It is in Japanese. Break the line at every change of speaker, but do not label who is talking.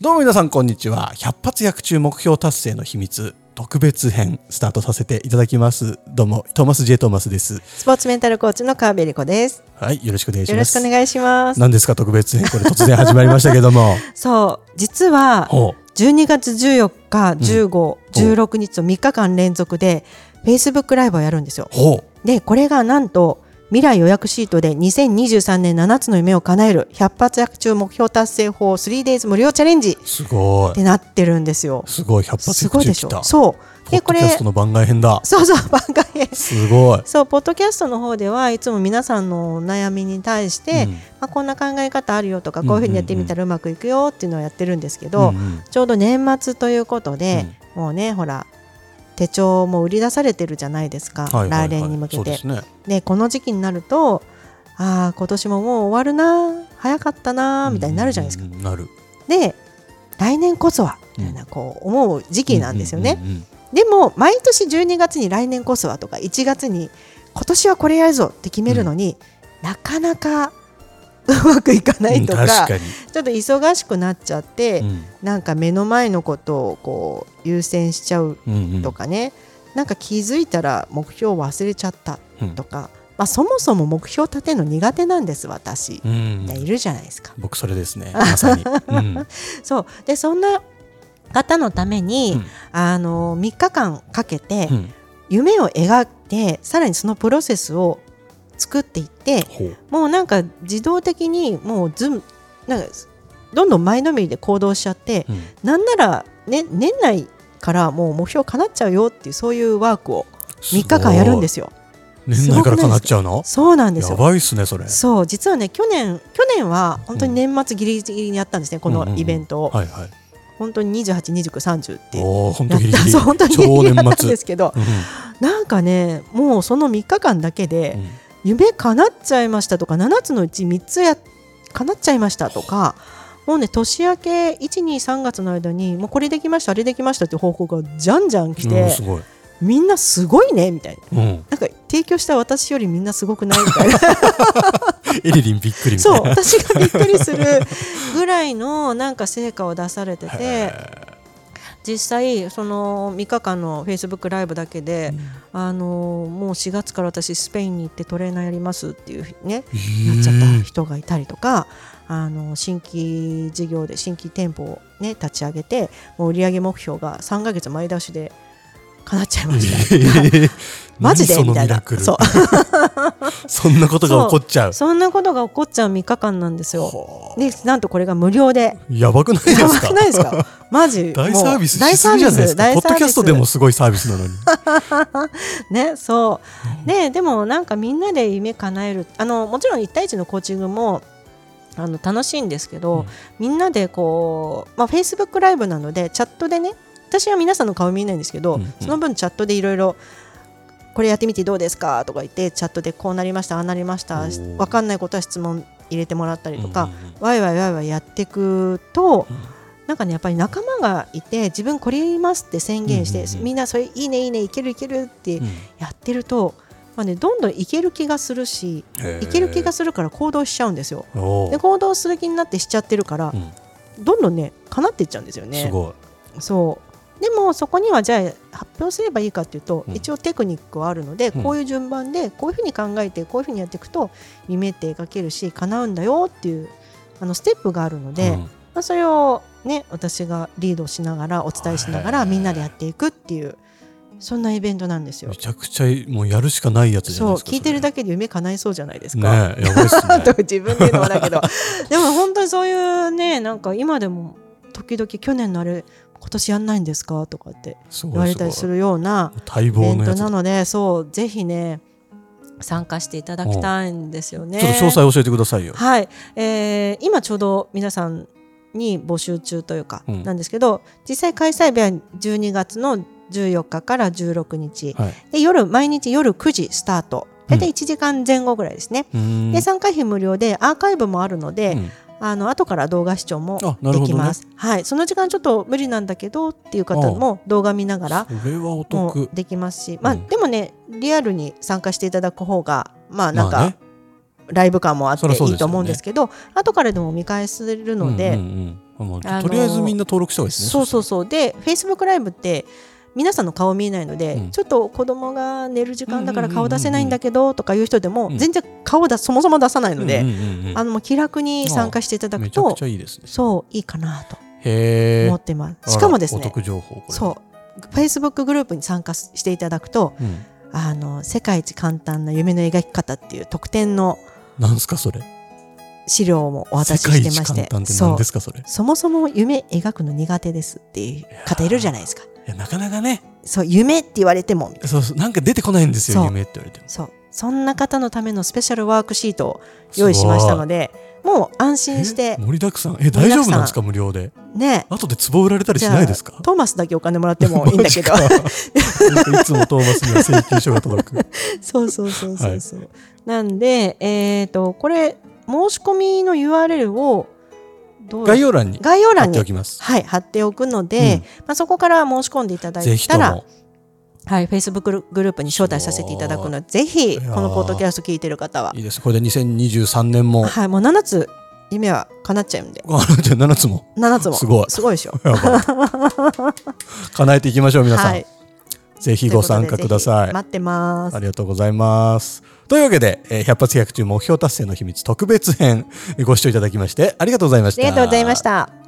どうも皆さんこんにちは100発100中目標達成の秘密特別編スタートさせていただきますどうもトーマス J トーマスです
スポーツメンタルコーチの川辺理子です。
はいよろしくお願いし
よ
ま
ろしく
す
お願いします。
何ですか特別編これ突然始まりましたけど も
そう、実は
ほう
12月14日、15、
うん
16日と3日間連続で Facebook ライブをやるんですよ。
ほう
で、これがなんと未来予約シートで2023年7つの夢を叶える100発100中目標達成法 3days 無料チャレンジっ
すごい
てなってるんですよ。
すごい100発
すご
100
いで
中
し
来た
ょ。そう。
ポ
で、
ッ
こ
ド
れ
キャストの番外編だ
そうそう、番外編。
すごい
そうポッドキャストの方ではいつも皆さんのお悩みに対して、
うん
まあ、こんな考え方あるよとかこういうふうにやってみたらうまくいくよっていうのをやってるんですけど、
うんうん
ちょうど年末ということで、もうねほら手帳も売り出されてるじゃないですか、
はいはいはい
来年に向け
そうで
て。
すね
でこの時期になるとああ今年ももう終わるな早かったなみたいになるじゃないですか。
うんなる
で来年こそはみたいなこう思う時期なんですよね。
うんうんうんうん
でも毎年12月に来年こそはとか1月に今年はこれやるぞって決めるのに、なかなか うまくいかないとか,、
うん確かに
ちょっと忙しくなっちゃって、
うん
なんか目の前のことをこう優先しちゃう
うんうん
とかね、なんか気づいたら目標を忘れちゃった
うん
とか、まあ、そもそも目標立てるの苦手なんです私、
うん
いるじゃないですか。
僕それです ねまさにうん
そうでそんな方のために、
うん
あの3日間かけて、
うん
夢を描いてさらにそのプロセスを作っていって
ほう
もうなんか自動的にもうずんなんかどんどん前のめりで行動しちゃって
うん
なんなら、ね、年内からもう目標叶っちゃうよっていうそういうワークを3日間やるんですすよ。
ごい年内から叶っちゃうの
そうなんです
や
よ。
ばいっすねそれ
そう実はね去年去年は本当に年末ギリギリにやったんですね、こ
うんうんう
の
ん
イベントを、
はいはい
本当に28、29、30ってやっ
おお本
た
当ギリギリ
そう本当にギリギ
超
リや
年
ったん
末
ですけど
う
なんかねもうその3日間だけで、
んうん
夢叶っちゃいましたとか7つのうち3つや叶っちゃいましたとかもうね年明け123月の間にもうこれできましたあれできましたって報告がじゃんじゃん来て、
うんすごい
みんなすごいねみたいな
うん
なんか提供した私よりみんなすごくないみたいな
エリリンびっくりみ
そ
たいうな
私がびっくりするぐらいのなんか成果を出されて
へ
て実際その3日間の Facebook ライブだけで、あのもう4月から私スペインに行ってトレーナーやりますっていうね
ー
なっちゃっ
う
た
ん
人がいたりとか、あの新規事業で新規店舗を、ね、立ち上げてもう売上目標が3ヶ月前倒しで叶っちゃいました、
えー
マジで
何その
みたい
ミラ
な
クル
そ
そんなことが起こっちゃう
うそんなことが起こっちゃう3日間なんですよ。
ほ
でなんとこれが無料で
うやばくないです
やば
か
くないですかマジ
大
もう
サービスしすぎじゃないですか
大
ポ
サ
ッド
ービス
キャストで
大サービ
も
ス
すごいサービスなのに
ねそうででもなんかみんなで夢叶えるあのもちろん1対1のコーチングもあの楽しいんですけど、
うん
みんなでこう、まあ、Facebook ライブなのでチャットでね私は皆さんの顔見えないんですけど、
うんうん
その分チャットでいろいろこれやってみてどうですかとか言ってチャットでこうなりましたああなりました
おー
わかんないことは質問入れてもらったりと
うん
か、
うんうん
わいわいわいわいやっていくと、
うん
なんかねやっぱり仲間がいて自分これやりますって宣言して、
うんうんうん
みんなそれいいねいいねいけるいけるって
うん
やってると、まあね、どんどんいける気がするし
へー
いける気がするから行動しちゃうんですよ。
お
で
ー
行動する気になってしちゃってるから
う、ん
どんどんね叶っていっちゃうんですよ
す
ね。
ごい
そうでもそこにはじゃあ発表すればいいかっていうと、
うん
一応テクニックはあるので、
うん
こういう順番でこういうふうに考えてこういうふうにやっていくと夢って描けるし叶うんだよっていうあのステップがあるので、
う
ま
ん
あ、それを、ね、私がリードしながらお伝えしなが
は
ら
い
みんなでやっていくっていうそんなイベントなんですよ
め。ちゃくちゃいいもうやるしかないやつじゃな
そ
いうですか
聞いてる
け
だけで夢叶いそうじゃないです
ね
か。
えやばいっすね
と 自分で言うのもだけどでも本当にそういうねなんか今でも時々去年のあれ今年やんないんですかとかって
す
言
ご
わ
い
れ
す
た
ごい
りするような
待
イベ
望
ン
のや
ト
つ
なのでそうぜひね参加していただきたいんですよね。
ちょっと詳細教えてくださいよ。
はい、えー今ちょうど皆さんに募集中というか
うん
なんですけど、実際開催日は12月の14日から16日、
はい。
で夜毎日夜9時スタート大体1時間前後ぐらいですね。
うーん
で参加費無料でアーカイブもあるので、
うん
あの後から動画視聴も
あなるほ
で
どね
きます、はい、その時間ちょっと無理なんだけどっていう方も動画見ながら
それはお
も
得。
できますし、まあ、
うん
でもねリアルに参加していただく方がまあなん
まあ
か
ね
ライブ感もあって
そりゃそう
い
で
い
すよね
と思うんですけど、後からでも見返せるので、
うんうんうんもう
あの
とりあえずみんな登録した方がいいですね。
そうそうそうで Facebook ライブって皆さんの顔見えないので、
うん
ちょっと子供が寝る時間だから
うんうんうんうん
顔出せないんだけどとかいう人でも、
うん
全然顔だそもそも出さないので、
うんうんうん
あのもう気楽に参加していただく
めちゃく
と
ちゃいいですね。
そういいかなと
へ
思
え
っ。てます、しかもです
あらお
ね
得情報これ。
そう Facebook グループに参加していただくと
うん。
あの世界一簡単な夢の描き方っていう特典の
なんすかそれ。
資料もお渡し
世
して
界一
まし
簡
て
単って
そ
何
う
ですかそれ。い
そもそも夢描くの苦手ですっていう方いるじゃないですか
やなかなかね。
そう夢って言われてもみたいな
そうそうなんか出てこないんですよ
そう
夢って言われても。
そうそんな方のためのスペシャルワークシートを用意しましたのでもう安
え
心して
盛りだくさんえ
盛り
大
だ
丈
くさん
夫なんですか無料で
ね
後で壺売られたりしないですか
トーマスだけお金もらってもいいんだけど
マジかなんかいつもトーマスには請求書が届く
そうそうそうそうそう、なんでえっ、とこれ申し込みの URL をどう
概要欄に
概要
貼
欄
っておき
に
ます
はい貼っておくので、まあ、そこから申し込んでいただ
ぜ
い
ひ
た
と
ら
も
はい、Facebook グループに招待させていただくので、ぜひ、
い
こ
やー、
のポッドキャスト聞いてる方はい
いですこれで2023年も
はい、もう7つ夢は叶っちゃうんで、
あじゃあ7つも
7つも。
すごい
すごいでしょ。
やばい叶えていきましょう皆さん、
はい。
ぜひご参加くだ
ということで
さ
ぜ
い
ひ待ってます
あ。りがとうございます。というわけで、えー100発100中目標達成の秘密特別編、えーご視聴いただきましてありがとうございました。
ありがとうございました。